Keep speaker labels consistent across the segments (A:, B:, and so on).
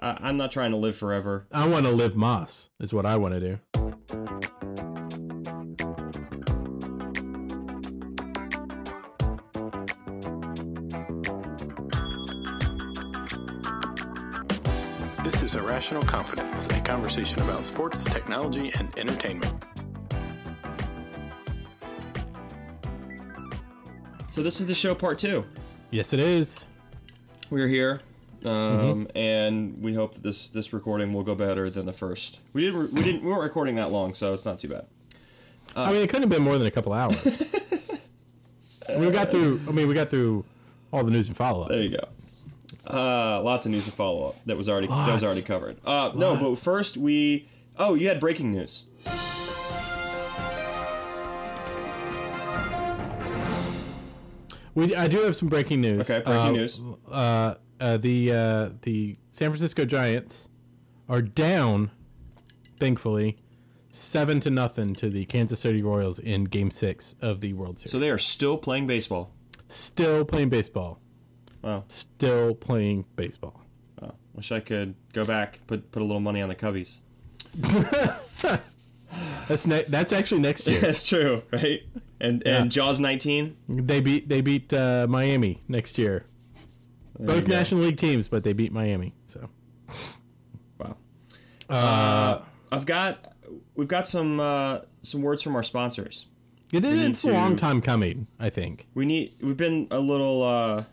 A: I, I'm not trying to live forever.
B: I want to live Moss, is what I want to do.
C: This is Irrational Confidence, a conversation about sports, technology, and entertainment.
A: So this is the show part two.
B: Yes, it is.
A: We're here, um, and we hope that this this recording will go better than the first. We didn't re- we didn't we weren't recording that long, so it's not too bad. Uh.
B: I mean, it couldn't have been more than a couple hours. we got through. I mean, we got through all the news and follow up.
A: There you go. Uh, lots of news to follow up that was already that was
B: Lots.
A: already covered. Uh, no, but first we oh you had breaking news.
B: We I do have some breaking news.
A: Okay, breaking
B: Uh,
A: news.
B: Uh, uh, the uh, the San Francisco Giants are down, thankfully, seven to nothing to the Kansas City Royals in Game Six of the World Series.
A: So they are still playing baseball.
B: still playing baseball.
A: Wow.
B: Still playing baseball.
A: Wish I could go back put put a little money on the Cubbies.
B: That's ne- that's actually next year.
A: That's true, right? And and Jaws 19.
B: They beat they beat uh, Miami next year. Both National League teams, but they beat Miami. So
A: Wow. Uh, I've got we've got some uh, some words from our sponsors.
B: it, it's
A: to-
B: a long time coming. I think.
A: We need we've been a little uh,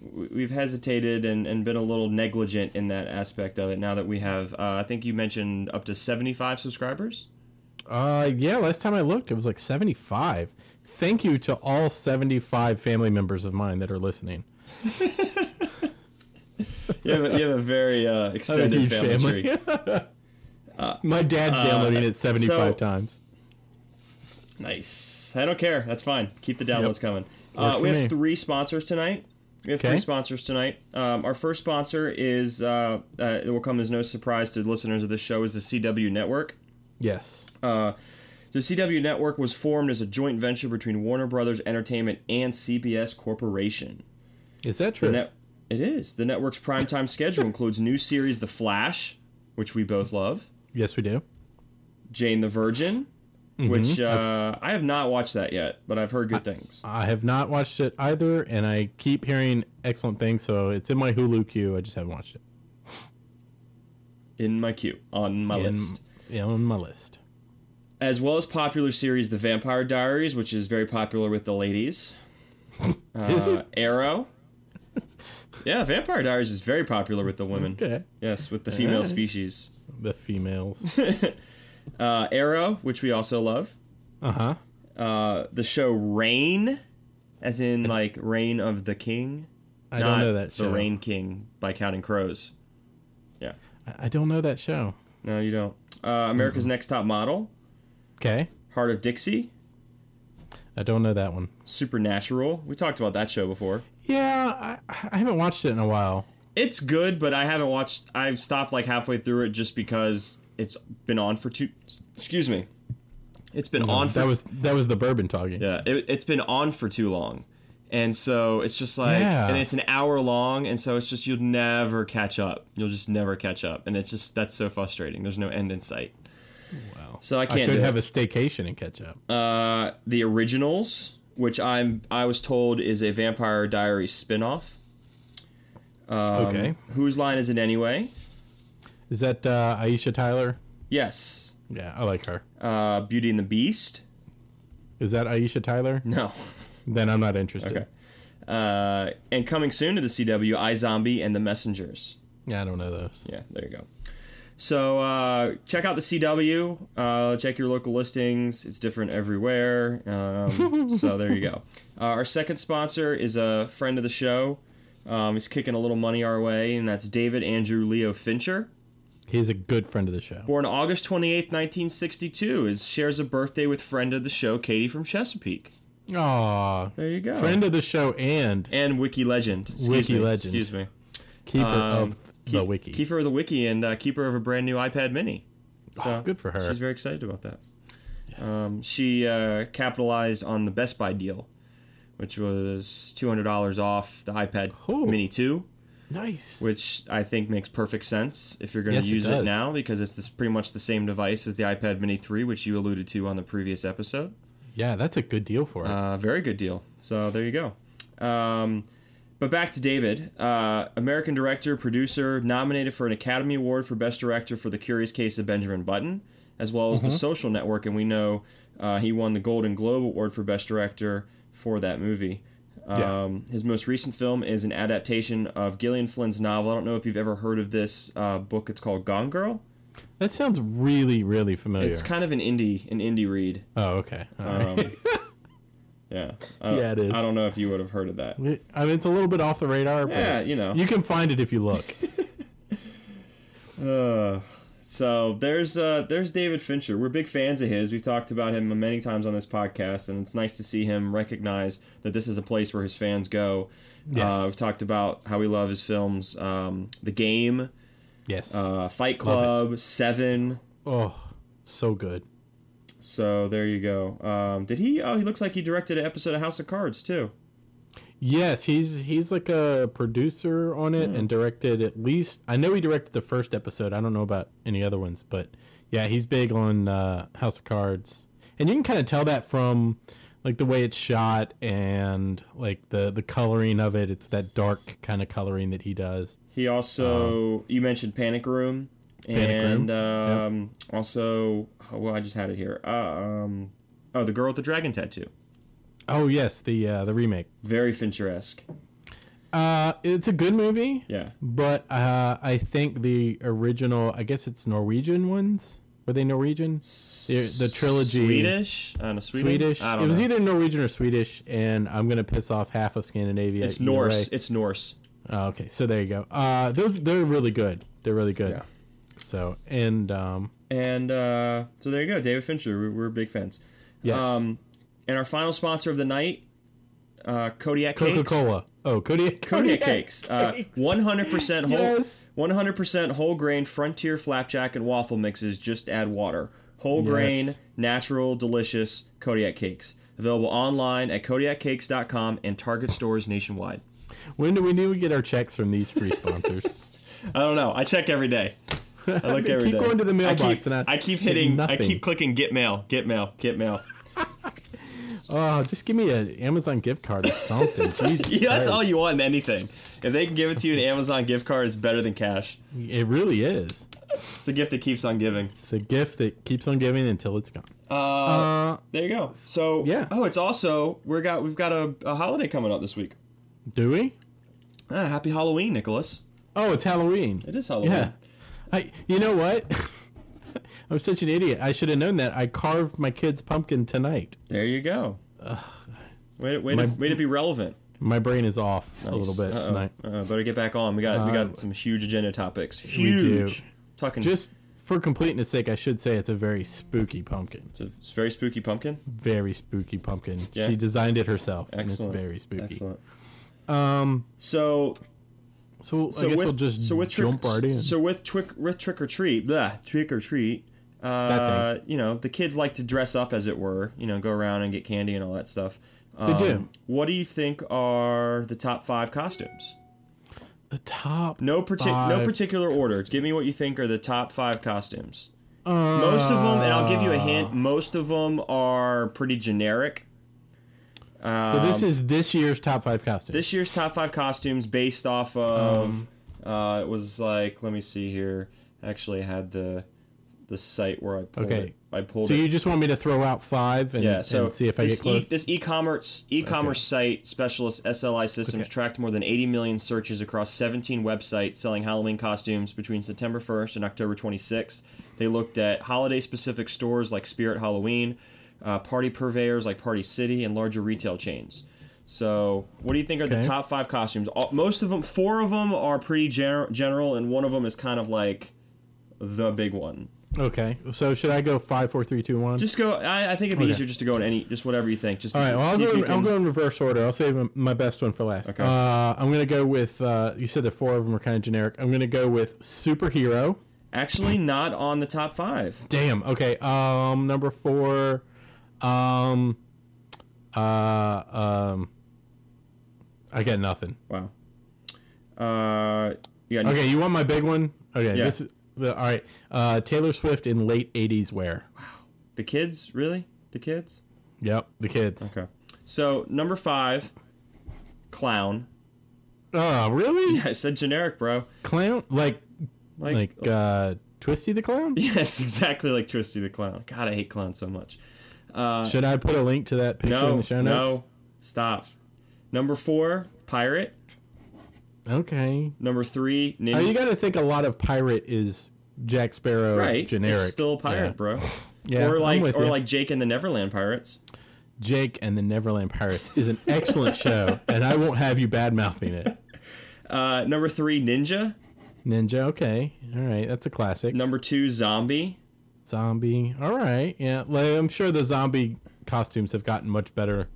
A: we- we've hesitated and, and been a little negligent in that aspect of it. Now that we have, uh, I think you mentioned up to 75 subscribers.
B: Uh, yeah. Last time I looked, it was like seventy five. Thank you to all seventy five family members of mine that are listening.
A: You have a, you have a very uh,
B: I have a
A: extended
B: huge
A: family, tree.
B: My
A: Uh,
B: dad's downloading it seventy five times.
A: Nice. I don't care. That's fine. Keep the downloads
B: Yep.
A: coming. Uh,
B: for
A: we have
B: me.
A: three sponsors tonight. We have three
B: Okay.
A: sponsors tonight. Um, our first sponsor is uh, uh, it will come as no surprise to listeners of this show is the CW Network.
B: Yes.
A: Uh, The CW Network was formed as a joint venture between Warner Brothers Entertainment and CBS Corporation.
B: Is that
A: The
B: true?
A: net- it is. The network's primetime schedule includes new series The Flash, which we both love,
B: yes, we do.
A: Jane the Virgin, which uh, I have not watched that yet, but I've heard good things.
B: Mm-hmm. I have not watched it either, and I keep hearing excellent things. So it's in my Hulu queue. I just haven't watched it.
A: in my queue on my
B: In-
A: list.
B: yeah, on my list.
A: As well as popular series The Vampire Diaries, which is very popular with the ladies.
B: is
A: Uh,
B: it?
A: Arrow. yeah, Vampire Diaries is very popular with the women.
B: Okay.
A: Yes, with the female species.
B: The females.
A: Uh, Arrow, which we also love.
B: Uh huh.
A: Uh, the show Rain, as in like Reign of the King.
B: I don't know that show.
A: The Rain King by Counting Crows. Yeah.
B: I- I don't know that show.
A: No, you don't. Uh, America's Next Top Model,
B: Okay.
A: Heart of Dixie,
B: I don't know that one.
A: Supernatural. We talked about that show before.
B: Yeah, I, I haven't watched it in a while.
A: It's good, but I haven't watched. I've stopped like halfway through it just because it's been on for two. s- Excuse me, it's been on for
B: Mm-hmm. Oh, That was that was the bourbon talking.
A: yeah. It, it's been on for too long, and so it's just like
B: Yeah.
A: and it's an hour long, and so it's just you'll never catch up. You'll just never catch up, and it's just that's so frustrating. There's no end in sight. Wow. So I
B: I
A: can't
B: could
A: do
B: have
A: it.
B: a staycation and catch up.
A: uh, the originals, which I'm I was told is a Vampire Diaries spinoff. Um,
B: Okay.
A: Whose line is it anyway?
B: Is that uh, Aisha Tyler?
A: Yes.
B: Yeah, I like her.
A: Uh, Beauty and the Beast?
B: Is that Aisha Tyler?
A: No.
B: Then I'm not interested.
A: Okay. Uh, and coming soon to the CW, iZombie and The Messengers.
B: Yeah, I don't know those.
A: Yeah, there you go. So uh, check out the CW. Uh, check your local listings. It's different everywhere. Um, so there you go. Uh, our second sponsor is a friend of the show. Um, he's kicking a little money our way, and that's David Andrew Leo Fincher.
B: He's a good friend of the show.
A: Born August 28th, 1962, is shares a birthday with friend of the show, Katie from Chesapeake.
B: Aw.
A: There you go.
B: Friend of the show and
A: and Wiki Legend. Excuse
B: Wiki
A: me.
B: Legend.
A: Excuse me.
B: keeper
A: Um,
B: of the
A: Keep-
B: wiki.
A: Keeper of the Wiki and uh, keeper of a brand new iPad Mini. So
B: Ah, good for her.
A: She's very excited about that. Um, she uh, capitalized on the Best Buy deal, which was two hundred dollars off the iPad
B: Ooh.
A: Mini two.
B: Nice.
A: which I think makes perfect sense if you're going to
B: Yes, it
A: use it,
B: does.
A: now because it's this, pretty much the same device as the iPad Mini 3, which you alluded to on the previous episode.
B: Yeah, that's a good deal for it.
A: Uh, very good deal. So there you go. Um, but back to David, uh, American director, producer, nominated for an Academy Award for Best Director for The Curious Case of Benjamin Button, as well as The
B: Mm-hmm.
A: Social Network, and we know uh, he won the Golden Globe Award for Best Director for that movie.
B: Yeah.
A: Um, His most recent film is an adaptation of Gillian Flynn's novel. I don't know if you've ever heard of this uh, book. It's called Gone Girl.
B: that sounds really, really familiar.
A: Uh, It's kind of an indie, an indie read.
B: oh, okay. All right.
A: Um, yeah. I don't-
B: Yeah, it is.
A: I don't know if you would have heard of that.
B: I mean, it's a little bit off the radar, but
A: Yeah, you know.
B: you can find it if you look.
A: Uh, so there's uh, there's David Fincher. We're big fans of his. We've talked about him many times on this podcast, and it's nice to see him recognize that this is a place where his fans go. Uh,
B: Yes.
A: we've talked about how we love his films, um, The Game,
B: yes.
A: uh, Fight Club, Seven.
B: oh, so good.
A: So there you go. Um, did he? Oh, he looks like he directed an episode of House of Cards too.
B: Yes, he's he's like a producer on it and directed at least I know he directed the first episode. I don't know about any other ones, but yeah, he's big on uh, House of Cards, and you can kind of tell that from like the way it's shot and like the the coloring of it. It's that dark kind of coloring that he does.
A: He also you mentioned Panic Room
B: Uh-huh. Panic Room,
A: and um, also oh, well I just had it here. Uh, um, oh, the girl with the dragon tattoo.
B: Oh yes, the uh, the remake.
A: Very Fincher-esque.
B: Uh, it's a good movie.
A: Yeah.
B: But uh, I think the original, I guess it's Norwegian ones. Were they Norwegian? The, the trilogy.
A: Swedish? Uh, no, Sweden?
B: Swedish.
A: I
B: It
A: don't
B: was
A: know.
B: either Norwegian or Swedish, and I'm gonna piss off half of Scandinavia.
A: It's
B: either
A: Norse.
B: way.
A: It's Norse.
B: Oh, okay, so there you go. Uh, those they're really good. They're really good. So and um,
A: And uh, so there you go, David Fincher. We're, we're big fans.
B: Yes.
A: Um, and our final sponsor of the night, uh, Kodiak Cakes.
B: Coca Cola. Oh, Kodiak.
A: Kodiak cakes. Uh,
B: Cakes.
A: 100% whole
B: Yes.
A: 100% whole grain frontier flapjack and waffle mixes just add water. Whole
B: Yes.
A: grain, natural, delicious Kodiak cakes. Available online at kodiakcakes.com and Target stores nationwide.
B: When do we need to get our checks from these three sponsors?
A: I don't know. I check every day. I look
B: They
A: every day.
B: keep going to the mailbox
A: I keep,
B: and I-
A: I keep
B: get
A: hitting. I
B: nothing.
A: keep clicking get mail, get mail, get mail.
B: oh, just give me an Amazon gift card or something. Jesus
A: Yeah, that's
B: Christ.
A: all you want in anything. If they can give it to you an Amazon gift card, it's better than cash.
B: It really is.
A: It's the gift that keeps on giving.
B: It's a gift that keeps on giving until it's gone. Uh,
A: There you go. So
B: Yeah.
A: Oh, it's also we got we've got a, a holiday coming up this week.
B: do we?
A: Ah, happy Halloween, Nicholas.
B: Oh, it's Halloween.
A: It is Halloween.
B: Yeah. I you know what? I'm such an idiot. I should have known that. I carved my kid's pumpkin tonight.
A: There you go. Way, way, to,
B: My-
A: way to be relevant.
B: My brain is off a little bit
A: Uh-oh.
B: tonight. Uh,
A: Uh, better get back on. We got we got some huge agenda topics. Huge.
B: do.
A: Talking.
B: Just for completeness sake, I should say it's a very spooky pumpkin.
A: it's a it's a very spooky pumpkin.
B: Very spooky pumpkin.
A: Yeah.
B: She designed it herself
A: Excellent.
B: and it's very spooky.
A: Excellent. Um. So
B: So,
A: so
B: I guess
A: with
B: we'll just
A: so with trick,
B: jump right in.
A: So with trick with trick or treat, blah, trick or treat.
B: That
A: Uh, you know, the kids like to dress up, as it were. You know, go around and get candy and all that stuff. Um,
B: do.
A: What do you think are the top five costumes?
B: the top
A: No partic- no
B: Five
A: particular order. Give me what you think are the top five costumes.
B: Uh,
A: most of them, and I'll give you a hint. Most of them are pretty generic.
B: So this is this year's top five costume.
A: This year's top five costumes based off of
B: Um,
A: uh, it was like let me see here. I actually had the the site where I pulled
B: Okay.
A: it. I pulled
B: so
A: it.
B: you just want me to throw out five and,
A: yeah, so
B: and see if I
A: this
B: get close?
A: E, this e-commerce e-commerce site specialist SLI Systems tracked more than 80 million searches across 17 websites selling Halloween costumes between September 1st and October 26th. They looked at holiday-specific stores like Spirit Halloween, uh, party purveyors like Party City, and larger retail chains. So, what do you think are the
B: Okay.
A: top five costumes? All, most of them, four of them are pretty gener- general, and one of them is kind of like the big one.
B: okay. So should I go five, four, three, two, one?
A: Just go. I, I think it'd be easier just to go in any, just whatever you think. Just
B: All right, well, I'll,
A: see
B: go
A: if you
B: in, I'll
A: can-
B: go in reverse order. I'll save m- my best one for last.
A: Okay.
B: Uh, I'm going to go with, uh, you said the four of them are kind of generic. I'm going to go with superhero.
A: Actually, not on the top five.
B: Damn. Okay. Um, number four. Um, uh, um, I got nothing.
A: Wow. Uh, yeah. no-
B: Okay, you want my big one? Okay,
A: Yeah.
B: this is all right. Uh, Taylor Swift in late '80s wear.
A: The kids, really? The kids?
B: Yep, the kids.
A: Okay. So number five, clown.
B: Oh, really?
A: I said generic, bro.
B: Clown? Like,
A: Like,
B: like uh, Twisty the Clown?
A: yes, exactly like Twisty the clown. God, I hate clowns so much.
B: Should I put a link to that picture in
A: Uh, No,
B: the show notes?
A: no, stop. Number four, pirate.
B: No. Okay.
A: Number three, ninja.
B: Now Oh, you got to think a lot of pirate is Jack Sparrow
A: right,
B: generic.
A: It's still a pirate,
B: Yeah.
A: bro.
B: Yeah,
A: or
B: I'm
A: like,
B: with
A: or
B: you.
A: like Jake and the Neverland Pirates.
B: Jake and the Neverland Pirates is an excellent show, and I won't have you bad mouthing it.
A: Uh, number three, ninja.
B: Ninja, okay, all right, that's a classic.
A: Number two, zombie.
B: Zombie, all right, yeah. Like, I'm sure the zombie costumes have gotten much better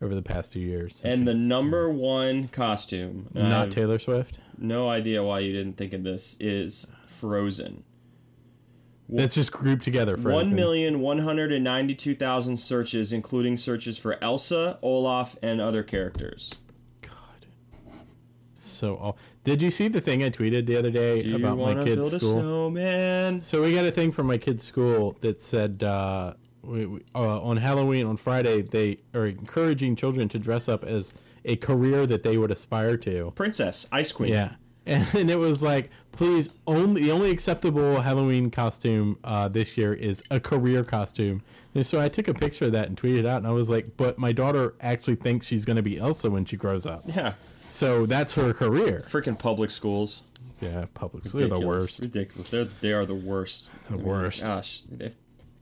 B: over the past few years. since
A: And the number one costume. Uh, and I
B: not
A: have
B: Taylor Swift.
A: No idea why you didn't think of this. Is Frozen.
B: That's just grouped together. For
A: One million one hundred and ninety-two thousand searches, including searches for Elsa, Olaf, and other characters.
B: God. So all. Did you see the thing I tweeted the other day
A: Do you
B: about
A: want
B: my
A: to
B: kids'
A: build a
B: school?
A: snowman?
B: So we got a thing from my kid's school that said uh, we, we, uh, on Halloween on Friday they are encouraging children to dress up as a career that they would aspire to.
A: Princess, Ice Queen.
B: Yeah, and, it was like, please, only the only acceptable Halloween costume uh, this year is a career costume. And so I took a picture of that and tweeted it out, and I was like, but my daughter actually thinks she's going to be Elsa when she grows up,
A: Yeah.
B: so that's her career.
A: Freaking public schools.
B: Yeah, public school,
A: Ridiculous.
B: the worst.
A: Ridiculous. They're, they are the worst. The
B: worst.
A: Gosh, they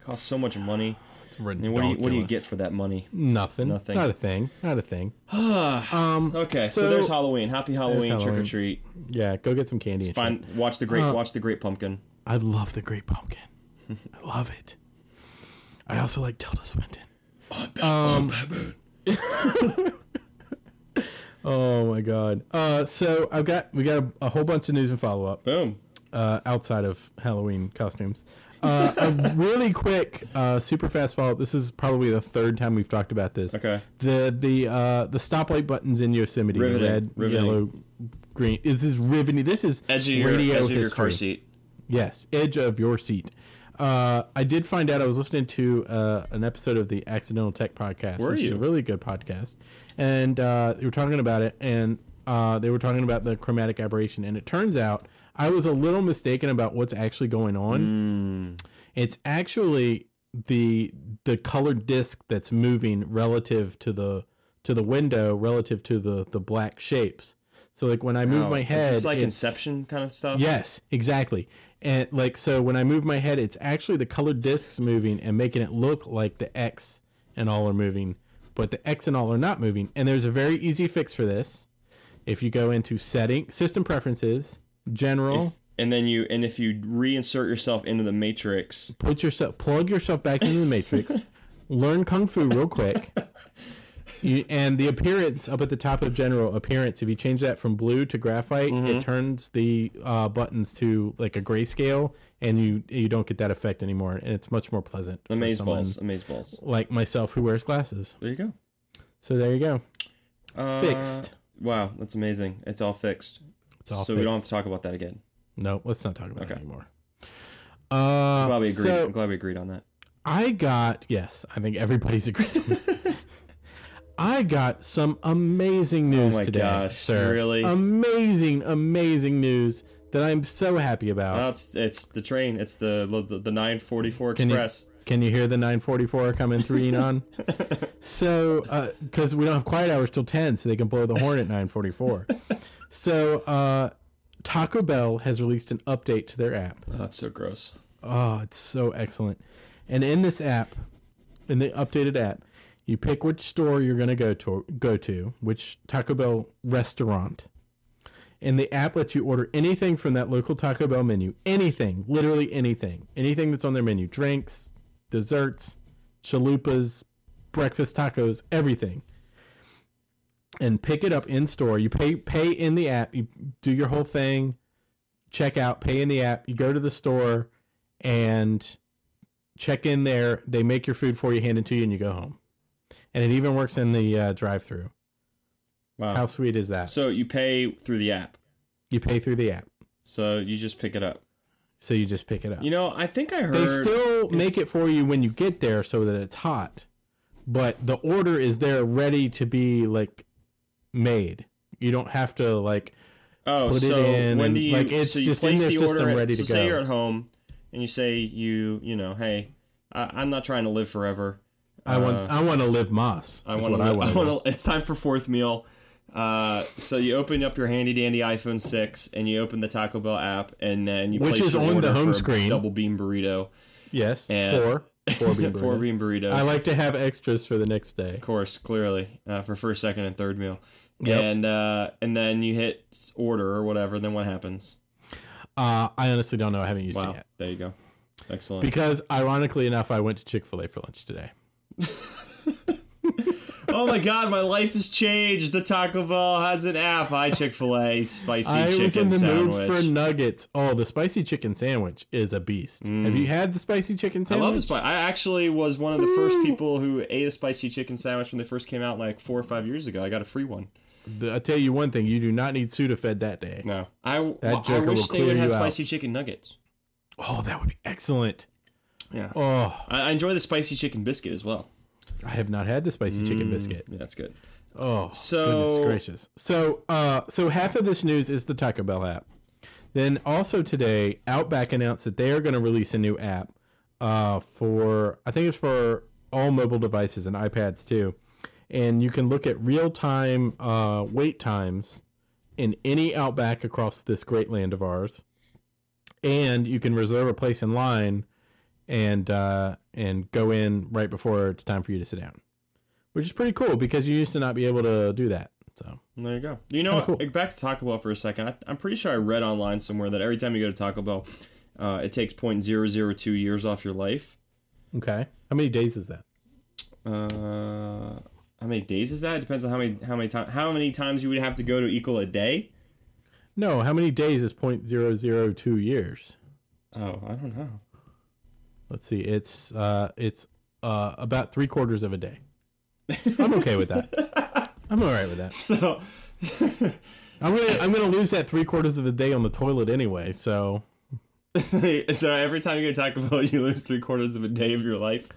A: cost so much money. And what do, you, what do you get for that money?
B: Nothing.
A: Nothing.
B: Not a thing. Not a thing. Um,
A: Okay, so,
B: So-
A: there's Halloween. Happy Halloween, trick or
B: Halloween.
A: treat.
B: Yeah, go get Uh, some candy. And shit.
A: Find watch the great watch the great pumpkin.
B: I love the Great Pumpkin. I love it. I also like Tilda Swinton.
A: Oh,
B: Oh my god. Uh, so I've got we got a, a whole bunch of news and follow up
A: Boom.
B: uh, outside of Halloween costumes. Uh, a really quick, uh, super fast follow up. This is probably the third time we've talked about this.
A: Okay.
B: The the uh, the stoplight buttons in Yosemite,
A: Riveting.
B: red,
A: Riveting.
B: yellow, green. This is riveting. This is
A: Edge of your,
B: radio
A: edge of your car
B: history.
A: seat.
B: Yes, edge of your seat. Uh, I did find out I was listening to uh, an episode of the Accidental Tech podcast,
A: Were
B: which is
A: you?
B: a really good podcast, and uh, they were talking about it, and uh, they were talking about the chromatic aberration, and it turns out I was a little mistaken about what's actually going on.
A: Mm.
B: It's actually the the colored disc that's moving relative to the to the window, relative to the the black shapes. So like when I move
A: Oh,
B: my head,
A: Is this like
B: it's-
A: Inception kind of stuff?
B: Yes, exactly. And like so when I move my head, it's actually the colored discs moving and making it look like the X and all are moving, but the X and all are not moving. And there's a very easy fix for this. If you go into setting system preferences, general,
A: And then you and if you reinsert yourself into the matrix,
B: put yourself plug yourself back into the matrix, learn kung fu real quick. You, and the appearance up at the top of general appearance, if you change that from blue to graphite,
A: Mm-hmm.
B: it turns the uh, buttons to like a grayscale, and you you don't get that effect anymore, and it's much more pleasant. for
A: amaze
B: someone
A: balls, amaze balls.
B: like myself who wears glasses.
A: There you go.
B: So there you go,
A: Uh,
B: fixed.
A: Wow, that's amazing. It's all fixed.
B: It's all
A: so we don't have
B: fixed.
A: to talk about that again.
B: No, let's not talk about
A: Okay.
B: it anymore. Uh,
A: I'm glad we agreed.
B: so-
A: I'm glad we agreed on that.
B: I got yes, I think everybody's agreed. I got some amazing news
A: Oh my
B: today,
A: gosh,
B: sir. Um,
A: really?
B: amazing, amazing news that I'm so happy about.
A: No, it's it's the train. It's the the, the 944
B: Can you-
A: express.
B: Can you hear the 944 coming through Enon? so, because we don't have quiet hours till 10, so they can blow the horn at 944. so, uh, Taco Bell has released an update to their app.
A: Oh, that's so gross.
B: Oh, it's so excellent. And in this app, in the updated app, you pick which store you're going to go to, go to, which Taco Bell restaurant. And the app lets you order anything from that local Taco Bell menu. Anything, literally anything. Anything that's on their menu. Drinks, desserts, chalupas, breakfast tacos, everything. And pick it up in store. You pay pay in the app, you do your whole thing, check out, pay in the app, you go to the store, and check in there. They make your food for you, hand it to you, and you go home. And it even works in the uh, drive-through.
A: Wow.
B: How sweet is that?
A: So you pay through the app.
B: You pay through the app,
A: So you just pick it up.
B: so you just pick it up.
A: You know, I think I heard
B: they still make
A: it's-
B: it for you when you get there so that it's hot but the order is there ready to be like made you don't have to like
A: Oh,
B: put it
A: so
B: in
A: when
B: and,
A: do you
B: like, it's
A: so you
B: just in
A: place
B: their
A: the
B: system
A: order at-
B: ready to
A: so Say
B: go.
A: you're at home and you say you you know, hey, I, I'm not trying to live forever.
B: i want i want to live moss
A: Uh, I
B: is
A: want
B: what
A: to.
B: i
A: I
B: want to
A: want to. It's time for fourth meal. Uh, so you open up your handy dandy iPhone six and you open the Taco Bell app and then you
B: Which
A: place
B: is
A: your
B: on the
A: order
B: home
A: for a
B: screen.
A: double bean burrito,
B: yes
A: And-
B: four four bean
A: four
B: burrito.
A: bean burritos.
B: i like to have extras for the next day
A: of course, clearly uh, for first, second, and third meal.
B: Yep.
A: And uh, and then you hit s- order or whatever. Then what happens?
B: uh i honestly don't know i haven't used
A: Wow,
B: it yet
A: there you go. Excellent.
B: because ironically enough i went to chick-fil-a for lunch today
A: oh my god, my life has changed. The Taco Bell has an app. Hi, Chick Fil A, spicy
B: I
A: chicken
B: was in the
A: sandwich.
B: mood for nuggets. Oh, the spicy chicken sandwich is a beast. Have you had the spicy chicken
A: Mm. I
B: sandwich?
A: love the spice. I actually was one of the first people who ate a spicy chicken sandwich when they first came out, like four or five years ago. I got a free one.
B: The- I'll tell you one thing: you do not need Sudafed that day.
A: No, I, I
B: joker will
A: wish they
B: clear
A: would have
B: you out.
A: spicy chicken nuggets.
B: Oh, that would be excellent.
A: Yeah,
B: Oh,
A: I, I enjoy the spicy chicken biscuit as well.
B: I have not had the spicy
A: Mm.
B: chicken biscuit.
A: Yeah, that's good.
B: Oh,
A: So-
B: goodness gracious. So, uh, so half of this news is the Taco Bell app. Then also today, Outback announced that they are going to release a new app uh, for I think it's for all mobile devices and iPads too, and you can look at real time uh, wait times in any Outback across this great land of ours, and you can reserve a place in line and uh, and go in right before it's time for you to sit down which is pretty cool because you used to not be able to do that. So
A: There you go. You know,
B: Kinda Oh, cool.
A: back to Taco Bell for a second. I, I'm pretty sure I read online somewhere that every time you go to Taco Bell, uh, it takes 0.002 years off your life.
B: okay, how many days is that?
A: Uh, how many days is that? It depends on how many how many time, how many times you would have to go to equal a day.
B: No, how many days is point zero zero two years?
A: Oh, I don't know.
B: Let's see. It's uh, it's uh, about three quarters of a day. I'm okay with that. I'm all right with that.
A: So,
B: I'm gonna I'm gonna lose that three quarters of a day on the toilet anyway. So
A: so every time you go to Taco Bell, you lose three quarters of a day of your life,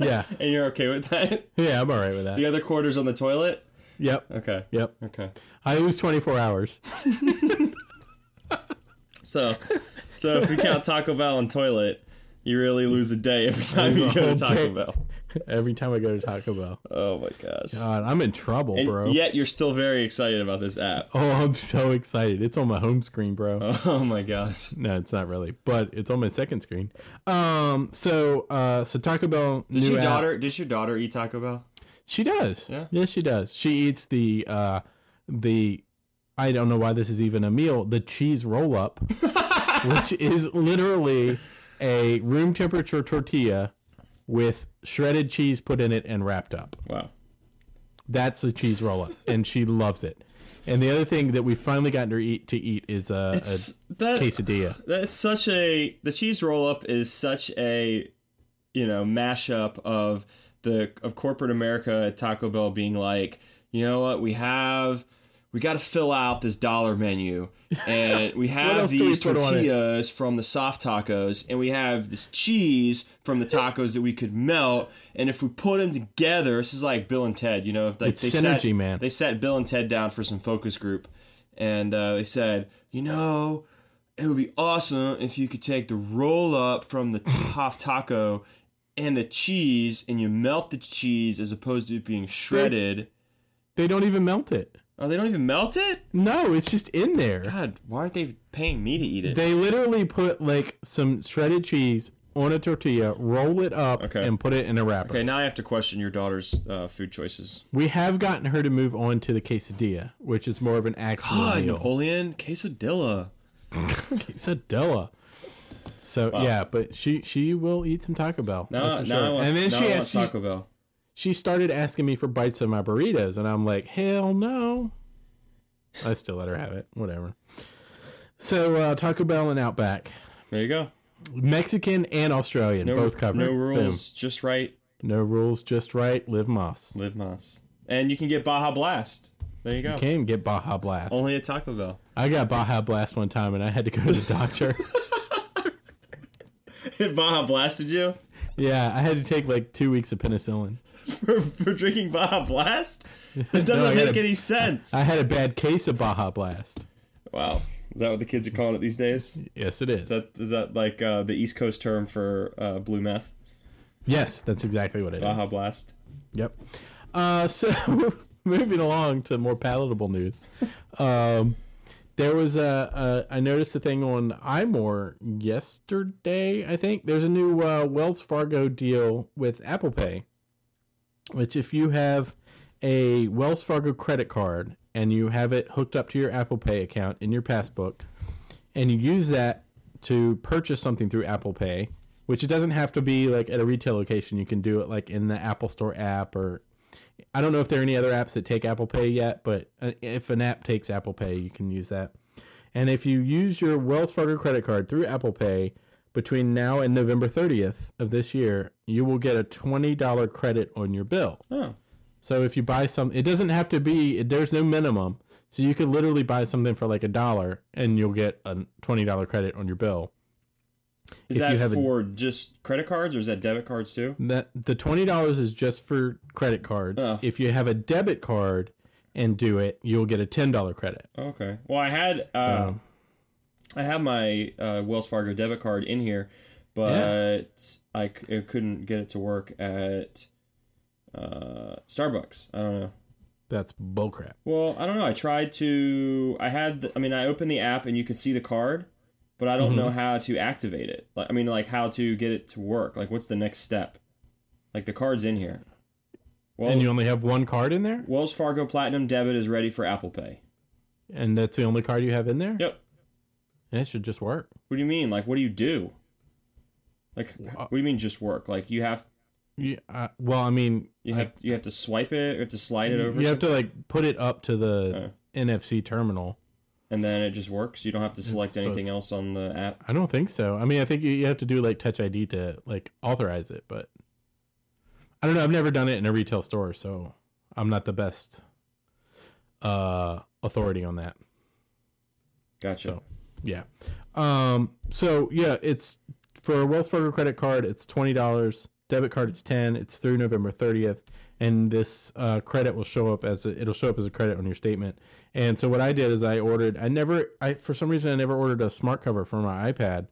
B: yeah,
A: and you're okay with that.
B: yeah, I'm all right with
A: The
B: that.
A: other quarters on the toilet.
B: Yep,
A: Okay.
B: yep.
A: Okay.
B: I lose 24 hours.
A: So, so if you count Taco Bell and toilet, you really lose a day every time you
B: Lose
A: go
B: a
A: to
B: whole
A: Taco
B: day.
A: Bell.
B: Every time I go to Taco Bell,
A: Oh my gosh.
B: God, I'm in trouble,
A: And
B: bro.
A: yet you're still very excited about this app.
B: Oh, I'm so excited! It's on my home screen, bro.
A: Oh my gosh.
B: No, it's not really, but it's on my second screen. Um, so uh, so Taco Bell.
A: Does
B: new
A: your
B: app-
A: daughter? Does your daughter eat Taco Bell?
B: She does.
A: Yeah?
B: Yes, she does. She eats the uh, the. I don't know why this is even a meal. The cheese roll up, which is literally a room temperature tortilla with shredded cheese put in it and wrapped up.
A: Wow.
B: That's a cheese roll up, and she loves it. And the other thing that we finally gotten her eat to eat is uh, a
A: It's- that
B: quesadilla.
A: that's such a the cheese roll up is such a you know mashup of the of corporate America at Taco Bell being like, you know what, we have we got to fill out this dollar menu and we have
B: else do we
A: these
B: put on it?
A: tortillas from the soft tacos and we have this cheese from the tacos that we could melt and if we put them together this is like bill and ted you know if like
B: It's
A: they
B: synergy,
A: sat,
B: man.
A: they sat bill and ted down for some focus group and uh, they said you know it would be awesome if you could take the roll up from the tough taco and the cheese and you melt the cheese as opposed to it being shredded.
B: They don't even melt it.
A: Oh, they don't even melt it?
B: No, it's just in there.
A: God, why aren't they paying me to eat it?
B: They literally put like some shredded cheese on a tortilla, roll it up,
A: Okay.
B: and put it in a wrapper.
A: okay, now I have to question your daughter's uh, food choices.
B: We have gotten her to move on to the quesadilla, which is more of an actual
A: God,
B: meal.
A: Napoleon, quesadilla.
B: Quesadilla. So yeah, but she she will eat some Taco Bell.
A: Now,
B: that's for
A: now
B: sure.
A: I want,
B: and then
A: now
B: she
A: I
B: asked,
A: want
B: she's-
A: Taco Bell.
B: she started asking me for bites of my burritos, and I'm like, hell no. I still let her have it. Whatever. So uh, Taco Bell and Outback,
A: There you go.
B: Mexican and Australian,
A: No,
B: both covered.
A: No
B: Boom.
A: rules, just right.
B: No rules, just right. Live Moss.
A: Live Moss. And you can get Baja Blast. There you go.
B: Can't even get Baja Blast.
A: Only at Taco Bell.
B: I got Baja Blast one time and I had to go to the doctor.
A: Baja blasted you
B: yeah, I had to take like two weeks of penicillin.
A: for, for drinking Baja Blast? It doesn't
B: I
A: make
B: gotta-
A: any sense.
B: I had a bad case of Baja Blast.
A: wow. Is that what the kids are calling it these days?
B: Yes, it is.
A: Is that, is that like uh, the East Coast term for uh, blue meth?
B: yes, that's exactly what it is.
A: Baja Blast.
B: Yep. Uh, so moving along to more palatable news, um, there was a, a I noticed a thing on iMore yesterday. I think there's a new uh, Wells Fargo deal with Apple Pay, which if you have a Wells Fargo credit card and you have it hooked up to your Apple Pay account in your passbook, and you use that to purchase something through Apple Pay, which it doesn't have to be like at a retail location. You can do it like in the Apple Store app, or I don't know if there are any other apps that take Apple Pay yet, but uh, if an app takes Apple Pay, you can use that. And if you use your Wells Fargo credit card through Apple Pay between now and November 30th of this year, you will get a $20 credit on your bill.
A: Oh.
B: So if you buy some, it doesn't have to be. There's no minimum, so you could literally buy something for like a dollar, and you'll get a twenty dollar credit on your bill.
A: Is
B: If
A: that
B: you have a-
A: for just credit cards or is that debit cards too?
B: That the twenty dollars is just for credit cards.
A: Oh.
B: If you have a debit card and do it, you'll get a ten dollar credit.
A: Okay. Well, I had uh,
B: So-
A: I have my uh, Wells Fargo debit card in here, but I c- I couldn't get it to work at uh, Starbucks. I don't know.
B: That's bullcrap.
A: Well, I don't know. I tried to. I had. The, I mean, I opened the app and you could see the card, but I don't know how to activate it. Like, I mean, like how to get it to work. Like, what's the next step? Like the card's in here. Well,
B: and you only have one card in there,
A: Wells Fargo Platinum Debit is ready for Apple Pay.
B: and that's the only card you have in there.
A: Yep.
B: And it should just work.
A: What do you mean? Like, what do you do? Like, what do you mean just work? Like, you have
B: You, uh, well, I mean,
A: you have you have to swipe it, you have to slide it over,
B: you have to like put it up to the
A: Uh.
B: NFC terminal.
A: and then it just works. You don't have to select anything
B: supposed-
A: else on the app.
B: I don't think so. I mean, I think you- you have to do like Touch ID to like authorize it, but I don't know. I've never done it in a retail store, so I'm not the best uh authority on that.
A: Gotcha.
B: So- Yeah. Um. So yeah, it's for a Wells Fargo credit card. It's twenty dollars. Debit card, it's ten. It's through November thirtieth, and this uh, credit will show up as a, it'll show up as a credit on your statement. And so what I did is I ordered. I never. I for some reason I never ordered a smart cover for my iPad.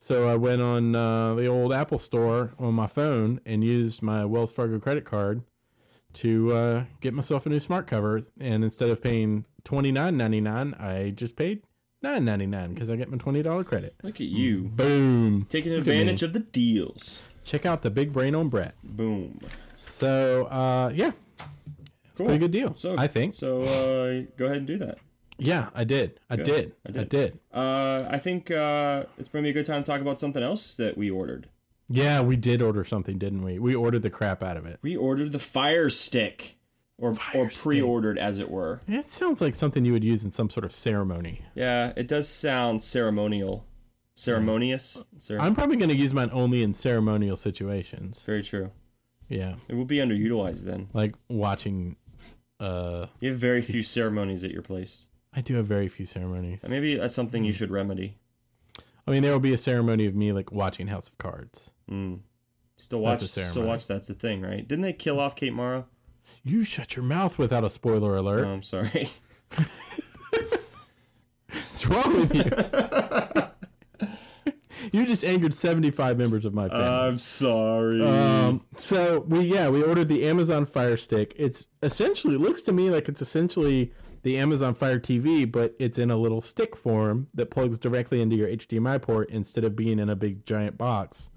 B: So I went on uh, the old Apple Store on my phone and used my Wells Fargo credit card to uh, get myself a new smart cover. And instead of paying twenty nine ninety nine, I just paid nine ninety nine because I get my twenty dollar credit.
A: Look at you
B: Boom!
A: taking
B: hmm. Look at
A: advantage
B: me.
A: of the deals.
B: Check out the big brain on Brett.
A: Boom.
B: So uh, yeah,
A: It's cool.
B: pretty good deal.
A: So
B: I think.
A: So uh, go ahead and do that.
B: Yeah, I did. I did. I did.
A: did. Uh, I think uh, it's going to be a good time to talk about something else that we ordered.
B: Yeah, we did order something, didn't we? We ordered the crap out of it.
A: We ordered the Fire Stick, or or pre-ordered as it were.
B: It sounds like something you would use in some sort of ceremony.
A: Yeah, it does sound ceremonial. Ceremonious? Cere-
B: I'm probably going to use mine only in ceremonial situations.
A: Very true.
B: Yeah,
A: It will be underutilized then.
B: like watching. Uh,
A: You have very few ceremonies at your place.
B: I do have very few ceremonies.
A: Maybe that's something you
B: Hmm.
A: should remedy.
B: I mean, there will be a ceremony of me like watching House of Cards.
A: Mm. Still watch.
B: That's a
A: Still
B: ceremony.
A: watch. That's a thing, right? Didn't they kill off Kate Mara?
B: You shut your mouth without a spoiler
A: Oh,
B: alert.
A: I'm sorry.
B: What's wrong with you? you just angered 75 members of my family.
A: sorry.
B: um, so we yeah, we ordered the Amazon Fire Stick. It's essentially looks to me like it's essentially the Amazon Fire TV, but it's in a little stick form that plugs directly into your HDMI port instead of being in a big giant box.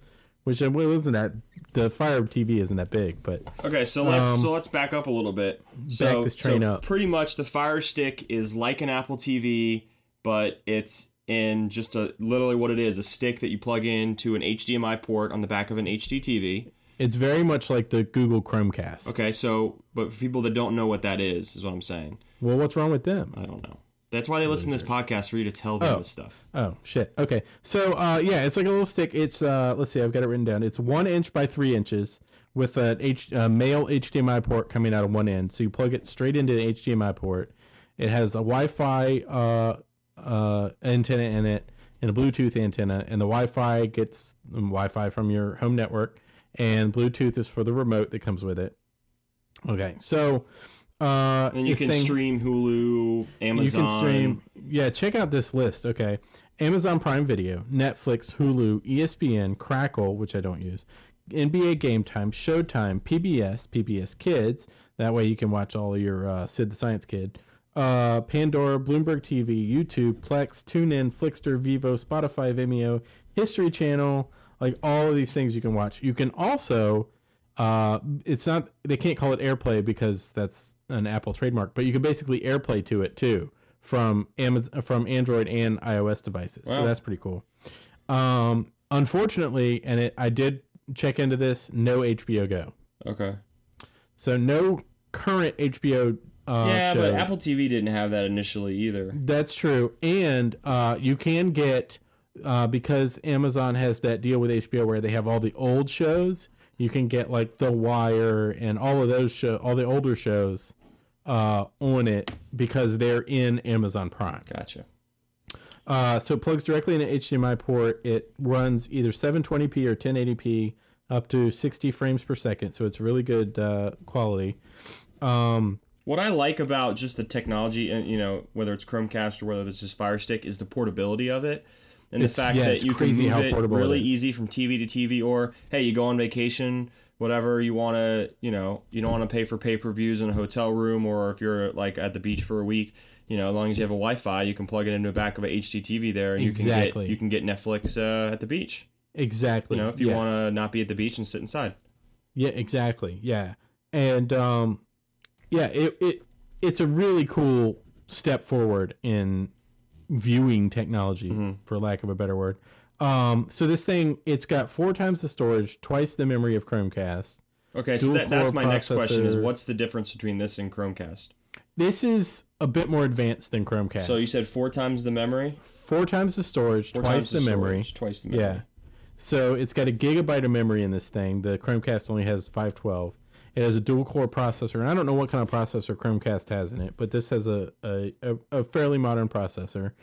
B: Which uh, well, isn't that the Fire TV isn't that big, but
A: Okay, so let's so let's back up a little bit. so,
B: Um, this train
A: so
B: up.
A: Pretty much, the Fire Stick is like an Apple TV, but it's in just a literally what it is a stick that you plug into an HDMI port on the back of an HD TV.
B: It's very much like the Google Chromecast.
A: Okay, so but for people that don't know what that is, is what I'm saying.
B: Well, what's wrong with them?
A: I don't know. That's why they listen to this podcast for you to tell them
B: Oh.
A: this stuff.
B: Oh shit. Okay. So uh, yeah, it's like a little stick. It's uh, let's see, I've got it written down. It's one inch by three inches with a H, uh, male HDMI port coming out of one end. So you plug it straight into the HDMI port, It has a Wi-Fi uh, uh, antenna in it and a Bluetooth antenna, and the Wi-Fi gets um, Wi-Fi from your home network, and Bluetooth is for the remote that comes with it. Okay, so uh,
A: And you
B: if
A: can
B: thing-
A: stream Hulu, Amazon.
B: you can stream. Yeah, check out this list. Okay, Amazon Prime Video, Netflix, Hulu, E ESPN, Crackle, which I don't use, NBA Game Time, Showtime, PBS, PBS Kids. That way you can watch all your uh, Sid the Science Kid, uh, Pandora, Bloomberg TV, YouTube, Plex, TuneIn, Flickster, Vivo, Spotify, Vimeo, History Channel. Like all of these things you can watch. You can also uh, it's not they can't call it AirPlay because that's an Apple trademark, but you can basically AirPlay to it too from Amazon from Android and iOS devices. So
A: Wow.
B: that's pretty cool. Um, unfortunately, and it, I did check into this, no HBO Go.
A: Okay.
B: So no current HBO. Uh,
A: yeah,
B: shows.
A: but Apple TV didn't have that initially either.
B: That's true, and uh, you can get uh, because Amazon has that deal with HBO where they have all the old shows. You can get like The Wire and all of those show, all the older shows uh, on it because they're in Amazon Prime.
A: Gotcha.
B: Uh, so it plugs directly into HDMI port. It runs either 720p or 1080p up to 60 frames per second, so it's really good uh, quality. Um,
A: What I like about just the technology, and you know, whether it's Chromecast or whether this is Fire Stick, is the portability of it, and
B: It's-
A: the fact
B: yeah,
A: that
B: it's
A: you can
B: crazy
A: move
B: how
A: it
B: portable it
A: really
B: is.
A: easy from TV to TV, or hey, you go on vacation, whatever you want to, you know, you don't want to pay for pay per views in a hotel room, or if you're like at the beach for a week, you know, as long as you have a Wi-Fi, you can plug it into the back of a HDTV there, and
B: Exactly.
A: you can get you can get Netflix uh, at the beach.
B: exactly.
A: You know, if you
B: yes.
A: want to not be at the beach and sit inside.
B: Yeah, exactly. Yeah. And um yeah, it, it it's a really cool step forward in viewing technology
A: Mm-hmm.
B: for lack of a better word. Um so this thing it's got four times the storage, twice the memory of Chromecast.
A: Okay, so
B: Dual
A: that, that's
B: core
A: my next question: is
B: processor.
A: what's the difference between this and Chromecast?
B: This is a bit more advanced than Chromecast.
A: So you said four times the memory.
B: four times the storage,
A: Four times
B: twice the, memory.
A: storage, twice the memory.
B: Yeah. So it's got a gigabyte of memory in this thing. The Chromecast only has 512. It has a dual core processor, and I don't know what kind of processor Chromecast has in it, but this has a a, a, a fairly modern processor.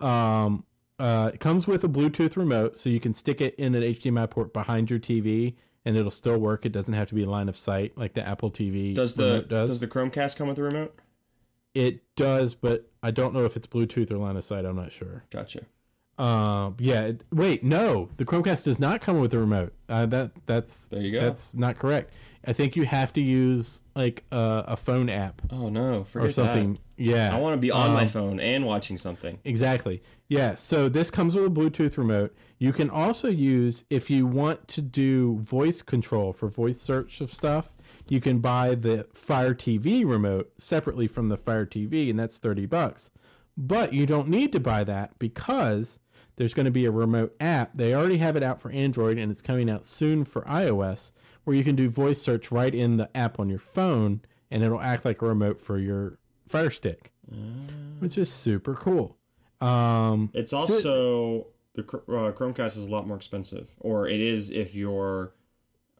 B: Um, uh, it comes with a Bluetooth remote, so you can stick it in an HDMI port behind your TV, and it'll still work. It doesn't have to be line of sight like the Apple TV
A: Does the
B: remote
A: does.
B: does.
A: the Chromecast come with a remote?
B: it does, but I don't know if it's Bluetooth or line of sight. I'm not sure.
A: Gotcha.
B: Um. Yeah. it- Wait. No, the Chromecast does not come with a remote. Uh, that that's
A: There you go.
B: That's not correct. I think you have to use like uh, a phone app
A: Oh no, forget
B: or something. Um,
A: That.
B: Yeah.
A: I want to be on my phone and watching something.
B: Exactly. Yeah. So this comes with a Bluetooth remote. You can also use if you want to do voice control for voice search of stuff. You can buy the Fire TV remote separately from the Fire TV, and that's thirty bucks. But you don't need to buy that because there's going to be a remote app. They already have it out for Android, and it's coming out soon for iOS, where you can do voice search right in the app on your phone, and it'll act like a remote for your Fire Stick, which is super cool. Um,
A: It's also the Chr- uh, Chromecast is a lot more expensive, or it is if you're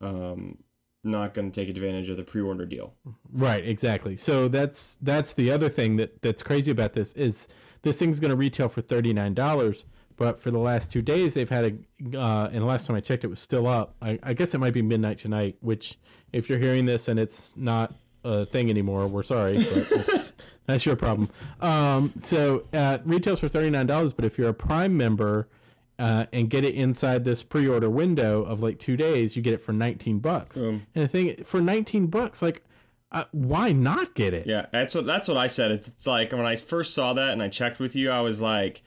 A: um, not going to take advantage of the pre-order deal.
B: right, exactly. So that's that's the other thing that that's crazy about this is this thing's going to retail for thirty nine dollars, but for the last two days they've had a uh, and the last time I checked it was still up. I, I guess it might be midnight tonight. Which if you're hearing this and it's not a thing anymore, we're sorry. But that's your problem. Um, so uh, retails for thirty nine dollars, but if you're a Prime member. uh, and get it inside this pre-order window of like two days, you get it for nineteen bucks. and the thing for nineteen bucks, like, uh, why not get it?
A: Yeah, that's what that's what I said. It's, it's like when I first saw that and I checked with you, I was like,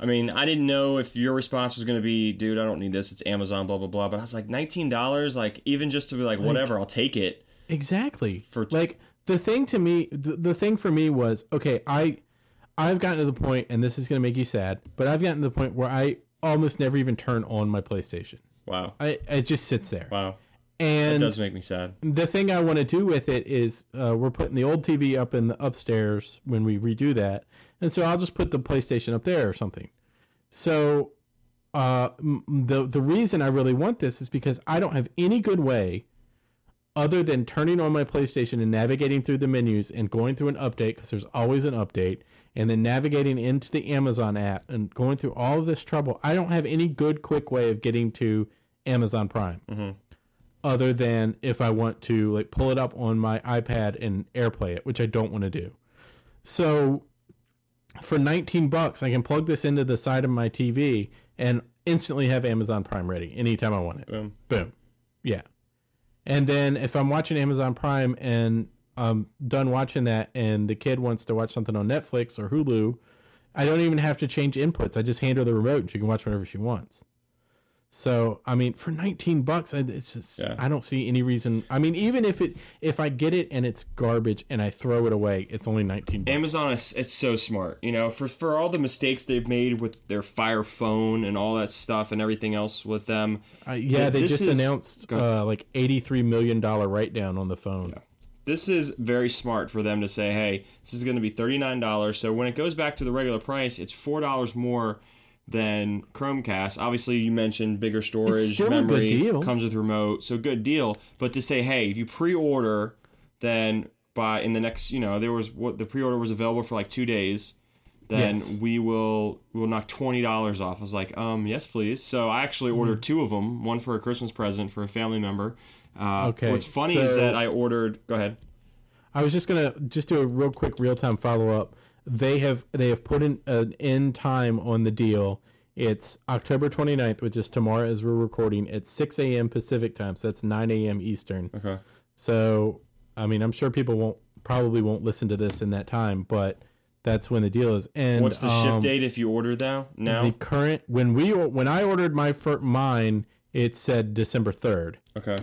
A: I mean, I didn't know if your response was going to be, dude, I don't need this. It's Amazon, blah blah blah. But I was like, nineteen dollars, like even just to be like, whatever, I'll take it.
B: Exactly.
A: For-
B: like the thing to me, the, the thing for me was okay. I, I've gotten to the point, and this is going to make you sad, but I've gotten to the point where I almost never even turn on my PlayStation.
A: Wow,
B: I it just sits there.
A: wow,
B: And
A: it does make me sad.
B: the thing I want to do with it is uh, we're putting the old TV up in the upstairs when we redo that, and so I'll just put the PlayStation up there or something. So uh, m- the the reason I really want this is because I don't have any good way other than turning on my PlayStation and navigating through the menus and going through an update because there's always an update, and then navigating into the Amazon app and going through all of this trouble, I don't have any good quick way of getting to Amazon Prime. Other than if I want to like pull it up on my iPad and AirPlay it, which I don't want to do. So for 19 bucks, I can plug this into the side of my TV and instantly have Amazon Prime ready anytime I want it.
A: Boom.
B: Boom. Yeah. And then if I'm watching Amazon Prime and I'm done watching that and the kid wants to watch something on Netflix or Hulu, I don't even have to change inputs. I just hand her the remote and she can watch whatever she wants. So I mean, for nineteen bucks, I- it's just
A: Yeah.
B: I don't see any reason. I mean, even if it if I get it and it's garbage and I throw it away, it's only nineteen bucks.
A: Amazon is it's so smart. You know, for for all the mistakes they've made with their Fire phone and all that stuff and everything else with them.
B: Uh, yeah, they
A: This
B: just
A: is-
B: announced
A: Go
B: uh, like eighty-three million dollar write down on the phone.
A: This is very smart for them to say, "Hey, this is going to be $39." So when it goes back to the regular price, it's $4 more than Chromecast. Obviously, you mentioned bigger storage,
B: still a good
A: memory
B: deal.
A: comes with remote. So good deal, but to say, "Hey, if you pre-order, then by in the next, you know, there was what the pre-order was available for like 2 days." then
B: Yes.
A: we will we will knock twenty dollars off. I was like, um, yes, please. So I actually
B: Mm-hmm.
A: ordered two of them, one for a Christmas present for a family member. Uh,
B: Okay,
A: What's funny is
B: so-
A: that I ordered. Go ahead.
B: I was just gonna just do a real quick real time follow up. They have they have put in an end time on the deal. It's October 29th, which is tomorrow as we're recording at 6 a.m. Pacific time. So that's 9 a.m. Eastern.
A: Okay.
B: So I mean, I'm sure people won't probably won't listen to this in that time, but that's when the deal is. And
A: What's the
B: um,
A: ship date if you order though?
B: The
A: Now.
B: current when we when I ordered my fir- mine, it said December 3rd
A: Okay.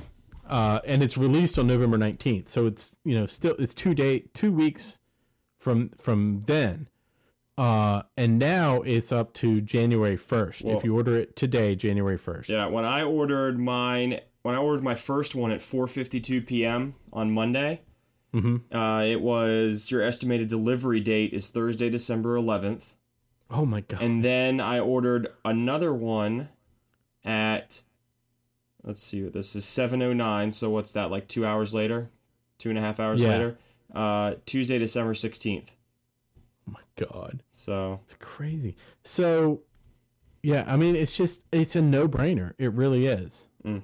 B: uh, and it's released on November nineteenth. So it's you know still it's two day two weeks from from then, uh, and now it's up to January first. If you order it today, January first.
A: Yeah. When I ordered mine, when I ordered my first one at 4:52 p.m. on Monday, mm-hmm. uh, it was your estimated delivery date is Thursday, December 11th.
B: Oh my god.
A: And then I ordered another one at let's see what this is 709 so what's that like two hours later two and a half hours
B: Yeah.
A: later uh tuesday december 16th
B: oh my god.
A: so
B: It's crazy. So, yeah, I mean, it's just it's a no brainer. It really is.
A: Mm.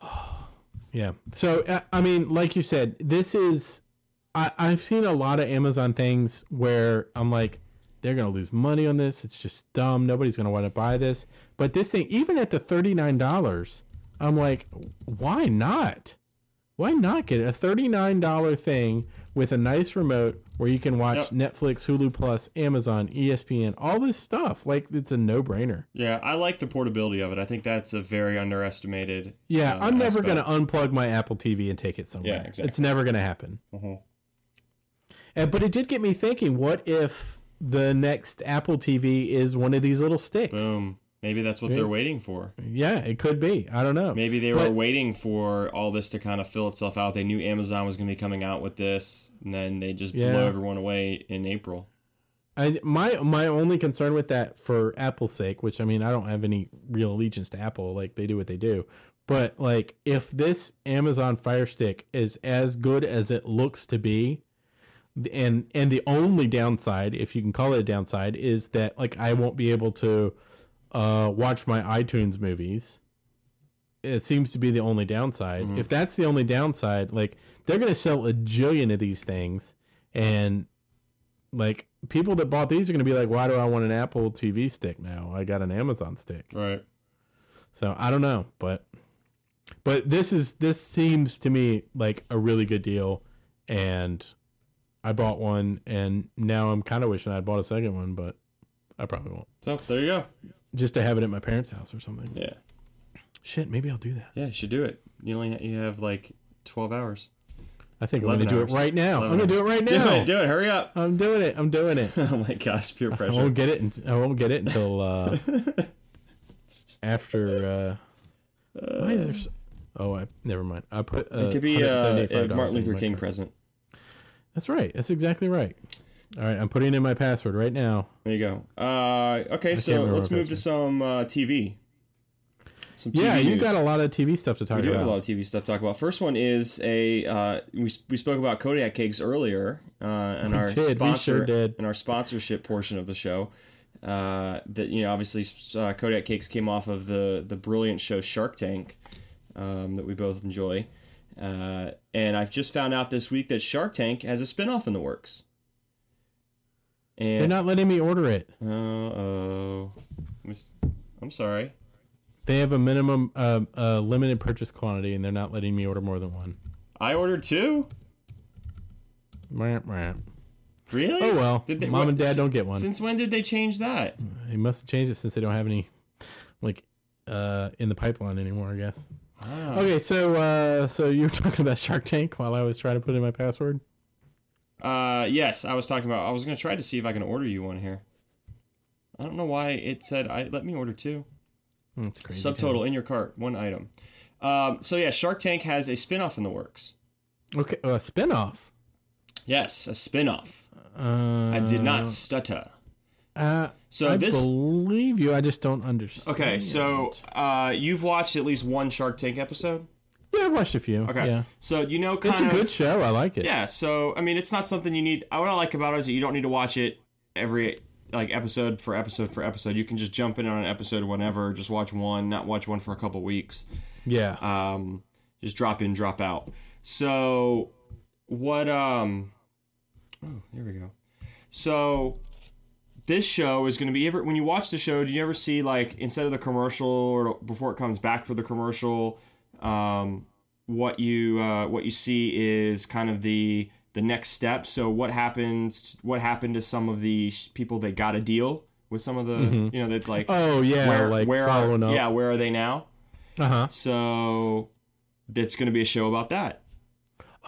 B: yeah. So I- I mean, like you said, this is. I, I've seen a lot of Amazon things where I'm like, they're gonna lose money on this. It's just dumb. Nobody's gonna want to buy this. But this thing, even at the thirty nine dollars, I'm like, why not? Why not get a $39 thing with a nice remote where you can watch Netflix, Hulu Plus, Amazon, E ESPN, all this stuff? Like, it's a no brainer.
A: yeah i like the portability of it i think that's a very underestimated
B: Yeah,
A: uh,
B: I'm never
A: aspect.
B: going to unplug my Apple TV and take it somewhere.
A: Yeah, exactly.
B: It's never going to happen.
A: Mhm.
B: And, but it did get me thinking what if the next Apple TV is one of these little sticks?
A: boom maybe that's what they're waiting for
B: Yeah, it could be. I don't know.
A: maybe they were
B: But-
A: waiting for all this to kind of fill itself out they knew amazon was going to be coming out with this and then they just blow
B: Yeah.
A: everyone away in april
B: I my my only concern with that for Apple's sake, which I mean I don't have any real allegiance to Apple, like they do what they do. But like if this Amazon Fire Stick is as good as it looks to be, and and the only downside, if you can call it a downside, is that like I won't be able to uh, watch my iTunes movies. It seems to be the only downside. If that's the only downside, like they're gonna sell a jillion of these things, and like people that bought these are gonna be like, why do I want an Apple TV stick now? I got an Amazon stick.
A: right
B: So I don't know, but but this is this seems to me like a really good deal, and I bought one, and now I'm kind of wishing I'd bought a second one, but I probably won't.
A: so there you go
B: Just to have it at my parents' house or something.
A: yeah
B: Shit, maybe I'll do that.
A: Yeah, you should do it. You only you have like twelve hours.
B: I think I'm gonna
A: 11
B: do
A: hours.
B: it right now. I'm
A: 11
B: gonna do it right
A: Do
B: now.
A: it, do it, hurry up.
B: I'm doing it. I'm doing it.
A: oh my gosh, peer
B: I
A: pressure.
B: won't get it. unt- I won't get it until uh, after. Uh, why is there? s oh, I never mind. I put. Uh,
A: It could be uh, a
B: $175
A: Martin
B: thing in
A: Luther
B: my
A: King
B: cart.
A: present.
B: That's right. That's exactly right. All right, I'm putting in my password right now.
A: There you go. Uh, okay, so
B: remember
A: let's
B: what
A: move to
B: that's
A: some uh, TV. Some TV
B: Yeah, you
A: news.
B: got a lot of TV stuff to talk
A: We do
B: about.
A: have a lot of TV stuff to talk about. First one is a uh, we, we spoke about Kodiak cakes earlier, uh, and our
B: did, we
A: sponsor
B: sure did.
A: and our sponsorship portion of the show. Uh, that you know, obviously, uh, Kodiak cakes came off of the the brilliant show Shark Tank um, that we both enjoy. Uh, and I've just found out this week that Shark Tank has a spinoff in the works.
B: They're
A: And
B: not letting me order it.
A: uh oh, I'm sorry.
B: They have a minimum uh, uh, limited purchase quantity, and they're not letting me order more than one.
A: I ordered two.
B: Wah, wah.
A: Really?
B: Oh, well. Mom and dad don't get one.
A: Since when did they change that?
B: They must have changed it since they don't have any, like, uh, in the pipeline anymore. I guess.
A: Ah.
B: Okay, so uh, so you were talking about Shark Tank while I was trying to put in my password.
A: Uh, yes, I was talking about. I was gonna try to see if I can order you one here. I don't know why it said I let me order two.
B: That's crazy.
A: Subtotal in your cart, one item. Um, so yeah, Shark Tank has a spin-off in the works.
B: town. Okay, a uh, spinoff.
A: Yes, a spin-off.
B: Uh,
A: I did not stutter.
B: Uh,
A: So
B: I
A: this-
B: believe you. I just don't understand.
A: Okay, so uh, you've watched at least one Shark Tank episode.
B: yeah, I've watched a few.
A: Okay,
B: yeah,
A: so you know kind
B: it's a
A: of
B: good show. I like it.
A: Yeah, so I mean, it's not something you need. What I like about it is that you don't need to watch it every like episode for episode for episode. You can just jump in on an episode whenever, just watch one, not watch one for a couple weeks.
B: yeah.
A: Um, just drop in, drop out. So what? Um, oh, there we go. So this show is going to be ever when you watch the show. Do you ever see like instead of the commercial or before it comes back for the commercial? Um, what you uh, what you see is kind of the the next step. So what happens? What happened to some of the sh- people that got a deal with some of the you know that's like
B: oh yeah, like following
A: are,
B: up.
A: yeah where are they now?
B: Uh huh.
A: So that's going to be a show about that.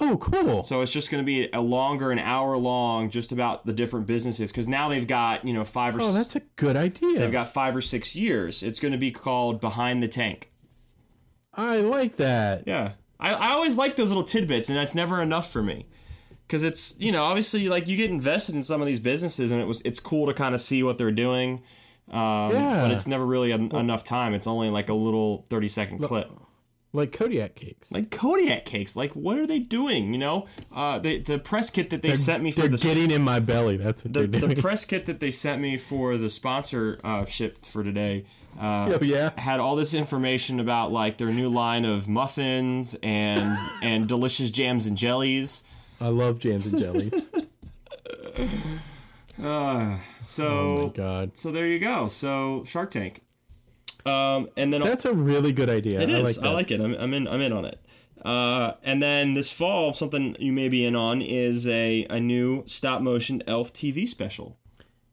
B: Oh, cool.
A: So it's just going to be a longer, an hour long, just about the different businesses. Because now they've got you know five or
B: oh,
A: s-
B: that's a good idea.
A: they've got five or six years. It's going to be called Behind the Tank.
B: I like that.
A: Yeah, I, I always like those little tidbits, and that's never enough for me. Because it's you know obviously like you get invested in some of these businesses, and it was it's cool to kind of see what they're doing. Um,
B: Yeah.
A: But it's never really en- enough time. It's only like a little thirty second clip.
B: Like Kodiak cakes.
A: like Kodiak cakes. Like, what are they doing? You know, uh, the the press kit that they sent me for
B: they're
A: the
B: getting in my belly. That's what
A: the, the
B: they're doing.
A: press kit that they sent me for the sponsor uh, ship for today. Uh,
B: Oh, yeah.
A: had all this information about like their new line of muffins and and delicious jams and jellies.
B: I love jams and jellies.
A: So
B: oh God,
A: so there you go. So Shark Tank. Um, and then
B: that's a really good idea.
A: It
B: I
A: is.
B: like that.
A: I like it. I'm, I'm in. I'm in on it. Uh, and then this fall, something you may be in on is a, a new stop motion Elf TV special.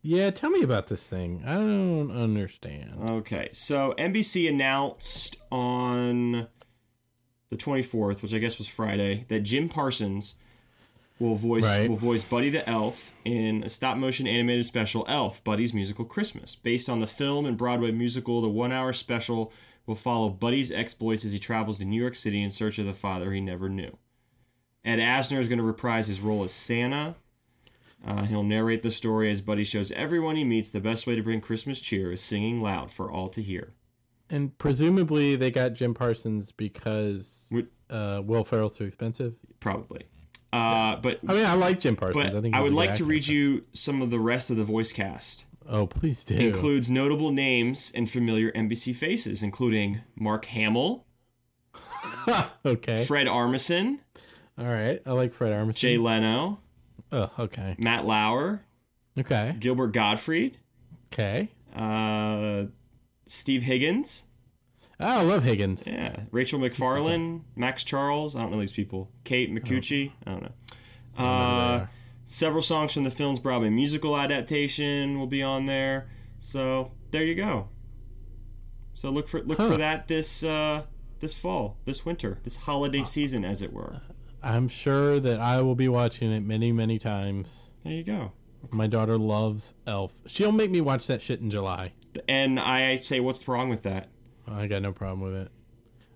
B: Yeah, tell me about this thing. I don't understand.
A: Okay, so NBC announced on the 24th, which I guess was Friday, that Jim Parsons will voice
B: Right.
A: will voice Buddy the Elf in a stop motion animated special Elf Buddy's Musical Christmas, based on the film and Broadway musical. The one hour special will follow Buddy's exploits as he travels to New York City in search of the father he never knew. Ed Asner is going to reprise his role as Santa. Uh, he'll narrate the story as Buddy shows everyone he meets the best way to bring Christmas cheer is singing loud for all to hear.
B: And presumably they got Jim Parsons because
A: Would-
B: uh, Will Ferrell's too expensive.
A: Probably. Uh, but
B: I mean, I like Jim Parsons.
A: but
B: I think
A: I,
B: he's
A: would
B: a good
A: like to
B: actor.
A: read you some of the rest of the voice cast.
B: Oh, please do.
A: Includes notable names and familiar NBC faces, including Mark Hamill,
B: okay. Hmm.
A: Fred Armisen,
B: All right. I like Fred Armisen.
A: Jay Leno,
B: oh, okay.
A: Matt Lauer,
B: Okay.
A: Gilbert Gottfried,
B: Okay.
A: uh, Steve Higgins,
B: Oh, I love Higgins.
A: yeah, Rachel McFarlane, Max Charles. I don't know these people. Kate McCucci. I don't know. Uh, several songs from the film's Broadway musical adaptation will be on there. So there you go. So look for look for
B: Huh.
A: that this uh, this fall, this winter, this holiday season, as it were.
B: I'm sure that I will be watching it many, many times.
A: There you go.
B: My daughter loves Elf. She'll make me watch that shit in July.
A: And I say, what's wrong with that?
B: I got no problem with it.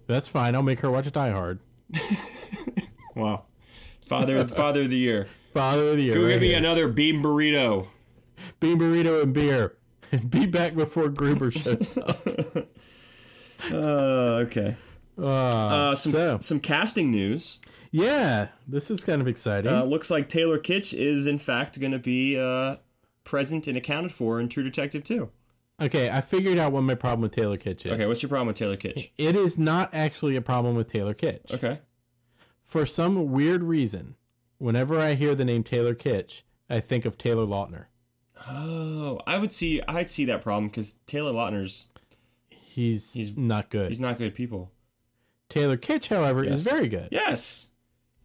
B: That's fine. I'll make her watch Die Hard.
A: Wow, father father of the year.
B: Father of the year.
A: Go
B: right
A: give me
B: here.
A: another bean burrito.
B: Bean burrito and beer. Be back before Gruber shows up.
A: Uh, okay. Uh, some
B: so.
A: some casting news.
B: Yeah, this is kind of exciting.
A: Uh, looks like Taylor Kitsch is in fact going to be uh, present and accounted for in True Detective 2.
B: okay, I figured out what my problem with Taylor Kitsch is.
A: Okay, what's your problem with Taylor Kitsch?
B: it is not actually a problem with Taylor Kitsch.
A: Okay.
B: For some weird reason, whenever I hear the name Taylor Kitsch, I think of Taylor Lautner.
A: Oh, I would see I'd see that problem because Taylor Lautner's
B: He's,
A: He's-
B: not good.
A: he's not good people.
B: Taylor Kitsch, however, is
A: Yes.
B: very good.
A: Yes,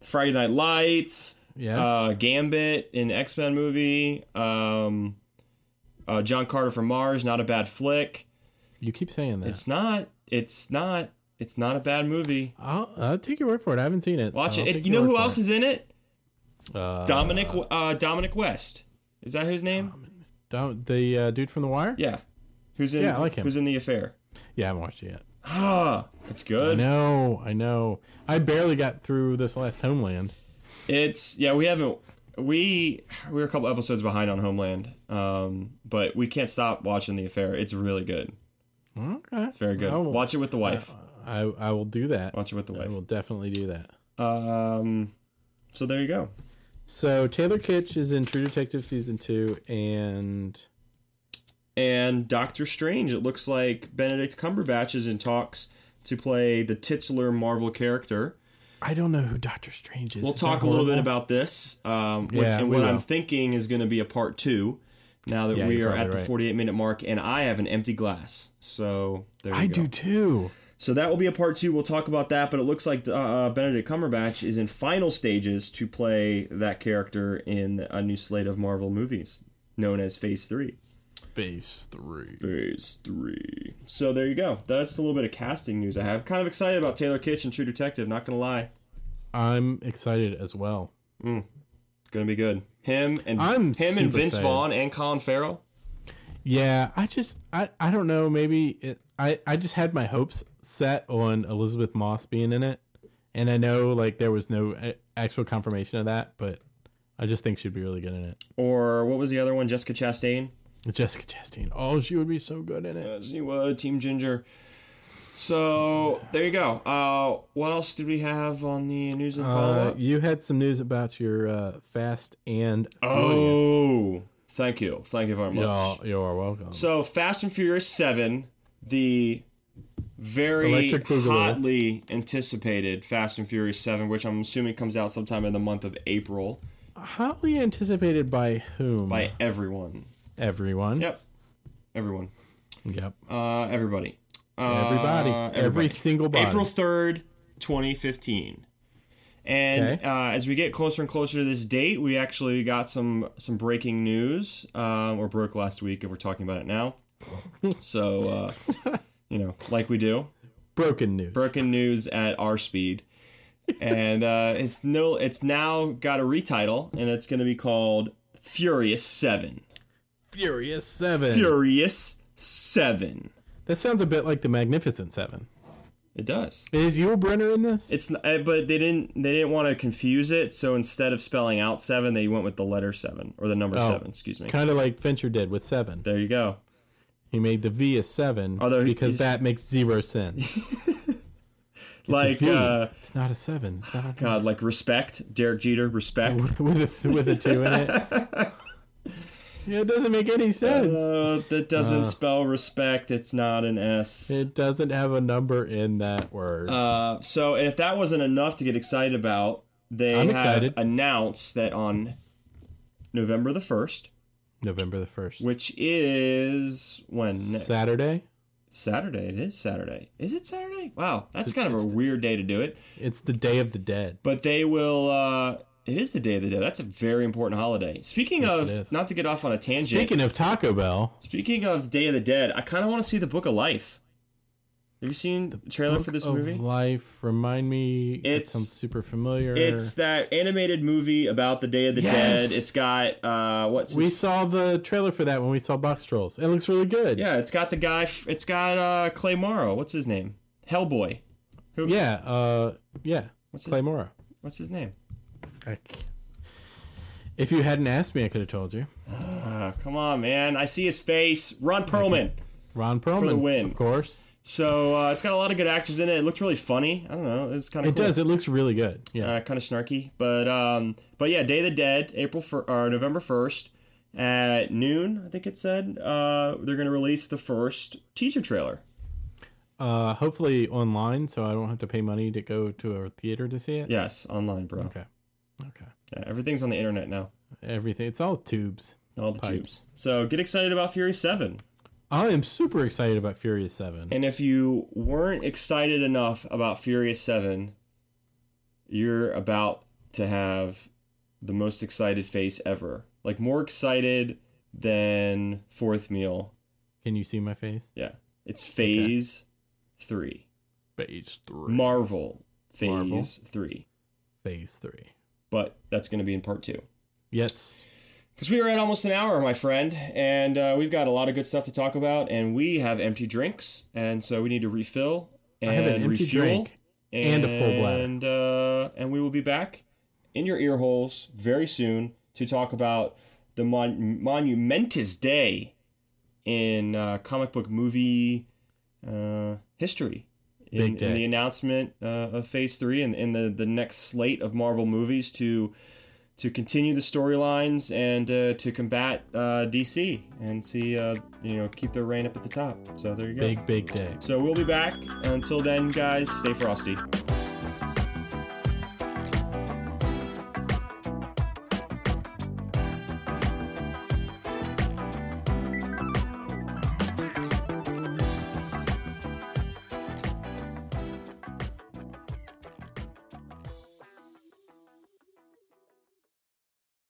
A: Friday Night Lights,
B: Yeah.
A: uh, Gambit in the X Men movie, um, uh, John Carter from Mars, not a bad flick.
B: You keep saying that.
A: It's not. It's not. It's not a bad movie.
B: I'll, I'll take your word for it. I haven't seen it.
A: Watch
B: so I'll
A: it.
B: take
A: You
B: your
A: know
B: word
A: who
B: for
A: else
B: it.
A: is in it?
B: uh,
A: Dominic. Uh, Dominic West. Is that his name?
B: Dom- the uh, dude from The Wire?
A: yeah. Who's in?
B: Yeah, I like him.
A: Who's in the affair?
B: Yeah, I haven't watched it yet.
A: Ah, it's
B: I
A: good.
B: know, I know. I barely got through this last Homeland.
A: It's yeah, we haven't we we were a couple episodes behind on Homeland, um, but we can't stop watching The Affair. It's really good.
B: Okay,
A: It's very good.
B: I will, uh,
A: Watch it with the wife.
B: I, I will do that.
A: Watch it with the
B: I
A: wife.
B: will definitely do that.
A: Um, so there you go.
B: So Taylor Kitsch is in True Detective season two, and
A: And Doctor Strange. It looks like Benedict Cumberbatch is in talks to play the titular Marvel character.
B: I don't know who Doctor Strange is.
A: We'll
B: Is that
A: talk a little bit
B: horrible?
A: about this, um, which-
B: Yeah,
A: and
B: we
A: what
B: will.
A: I'm thinking is going to be a part two. Now that
B: Yeah,
A: we
B: you're
A: are at
B: probably
A: the
B: right.
A: 48 minute mark, and I have an empty glass, so there you
B: I
A: go.
B: do too.
A: So that will be a part two. We'll talk about that, but it looks like uh, Benedict Cumberbatch is in final stages to play that character in a new slate of Marvel movies known as Phase 3.
B: Phase three.
A: Phase 3. So there you go. That's a little bit of casting news I have. Kind of excited about Taylor Kitsch and True Detective, not going to lie.
B: I'm excited as well.
A: It's going to be good. Him and
B: I'm
A: him and
B: super
A: Vince
B: excited.
A: Vaughn and Colin Farrell.
B: Yeah, I just I I don't know. Maybe it, I I just had my hopes set on Elizabeth Moss being in it, and I know like there was no a- actual confirmation of that, but I just think she'd be really good in it.
A: Or what was the other one? Jessica Chastain?
B: Jessica Chastain. Oh, she would be so good in it.
A: As you would, Team Ginger. So there you go. Uh, what else did we have on the news and follow
B: Uh,
A: up?
B: you had some news about your uh, Fast and Furious.
A: Oh, thank you, thank you very much.
B: Y'all, you are welcome.
A: So, Fast and Furious Seven, the very
B: Electric Boogaloo.
A: hotly anticipated Fast and Furious Seven, which I'm assuming comes out sometime in the month of April
B: Hotly anticipated by whom?
A: by everyone.
B: everyone.
A: Yep, everyone,
B: Yep.
A: uh, everybody, uh,
B: Everybody. Every single body.
A: April 3rd, 2015. And
B: Okay.
A: uh, as we get closer and closer to this date, we actually got some some breaking news, um, or broke last week, and we're talking about it now. so, uh, you know, like we do,
B: Broken news.
A: broken news at our speed, and uh, it's no, it's now got a retitle, and it's going to be called Furious Seven.
B: Furious Seven.
A: Furious Seven.
B: that sounds a bit like the Magnificent Seven.
A: It does.
B: Is Yul Brenner in this?
A: It's n- uh, but they didn't they didn't want to confuse it, so instead of spelling out seven, they went with the letter seven or the number
B: Oh.
A: seven. Excuse me.
B: kind of like Fincher did with Seven.
A: There you go.
B: He made the V a seven,
A: Although he-
B: because
A: he's-
B: that makes zero sense. It's a
A: Like
B: V.
A: uh,
B: it's not a seven. It's not a
A: God, like respect, Derek Jeter, respect.
B: with a th- with a two in it. Yeah, it doesn't make any sense.
A: Uh, that doesn't spell respect. It's not an S.
B: it doesn't have a number in that word.
A: Uh, so, and if that wasn't enough to get excited about, they
B: I'm
A: have
B: excited.
A: announced that on November the first,
B: November the first,
A: which is when Ne-
B: Saturday.
A: Saturday. It is Saturday. Is it Saturday? Wow, that's kind of a weird day to do it.
B: It's the Day of the Dead.
A: But they will. Uh, it is the Day of the Dead. That's a very important holiday. Speaking
B: it
A: of,
B: is.
A: not to get off on a tangent. Speaking,
B: Speaking of Taco Bell,
A: of Day of the Dead, I kind of want to see the Book of Life. Have you seen the trailer for
B: Book
A: this
B: of
A: movie?
B: Life remind me. it
A: It's-
B: sounds super familiar.
A: It's that animated movie about the Day of the
B: Yes!
A: Dead. It's got uh, what's
B: we
A: his-
B: saw the trailer for that when we saw Box Trolls. It looks really good.
A: yeah, it's got the guy. f- It's got uh, Clay Morrow. What's his name? Hellboy.
B: Yeah, uh, yeah.
A: What's his,
B: Claymora.
A: what's his name?
B: If you hadn't asked me, I could have told you.
A: Uh, Ah, come on, man! I see his face. Ron Perlman.
B: Ron Perlman,
A: win.
B: of course.
A: So uh, it's got a lot of good actors in it. It looked really funny. I don't know. It's kind of
B: It does. It looks really good. Yeah.
A: uh, kind of snarky. But um, but yeah, Day of the Dead, April fir- or November first at noon. I think it said uh, they're going to release the first teaser trailer.
B: Uh, hopefully online, so I don't have to pay money to go to a theater to see it.
A: Yes, online, bro.
B: Okay. Okay.
A: Yeah, everything's on the internet now.
B: Everything. It's all tubes.
A: All the
B: Pipes.
A: tubes. So get excited about Fury Seven.
B: I am super excited about Furious Seven.
A: And if you weren't excited enough about Furious 7, you're about to have the most excited face ever. Like, more excited than Fourth Meal.
B: Can you see my face?
A: Yeah. It's phase three.
B: Phase three.
A: Marvel phase
B: Marvel.
A: three.
B: phase three.
A: But that's going to be in part two.
B: Yes.
A: Because we are at almost an hour, my friend, and uh, we've got a lot of good stuff to talk about, and we have empty drinks, and so we need to refill and
B: I have an empty
A: refuel.
B: drink. and a full bladder.
A: And uh, and we will be back in your ear holes very soon to talk about the mon- monumentous day in uh, comic book movie uh, history. In,
B: Big
A: in
B: day.
A: the announcement uh, of Phase Three and in the the next slate of Marvel movies to to continue the storylines and uh, to combat uh, DC and see uh, you know keep their reign up at the top. So there you go.
B: Big, big day.
A: So we'll be back. Until then, guys, stay frosty.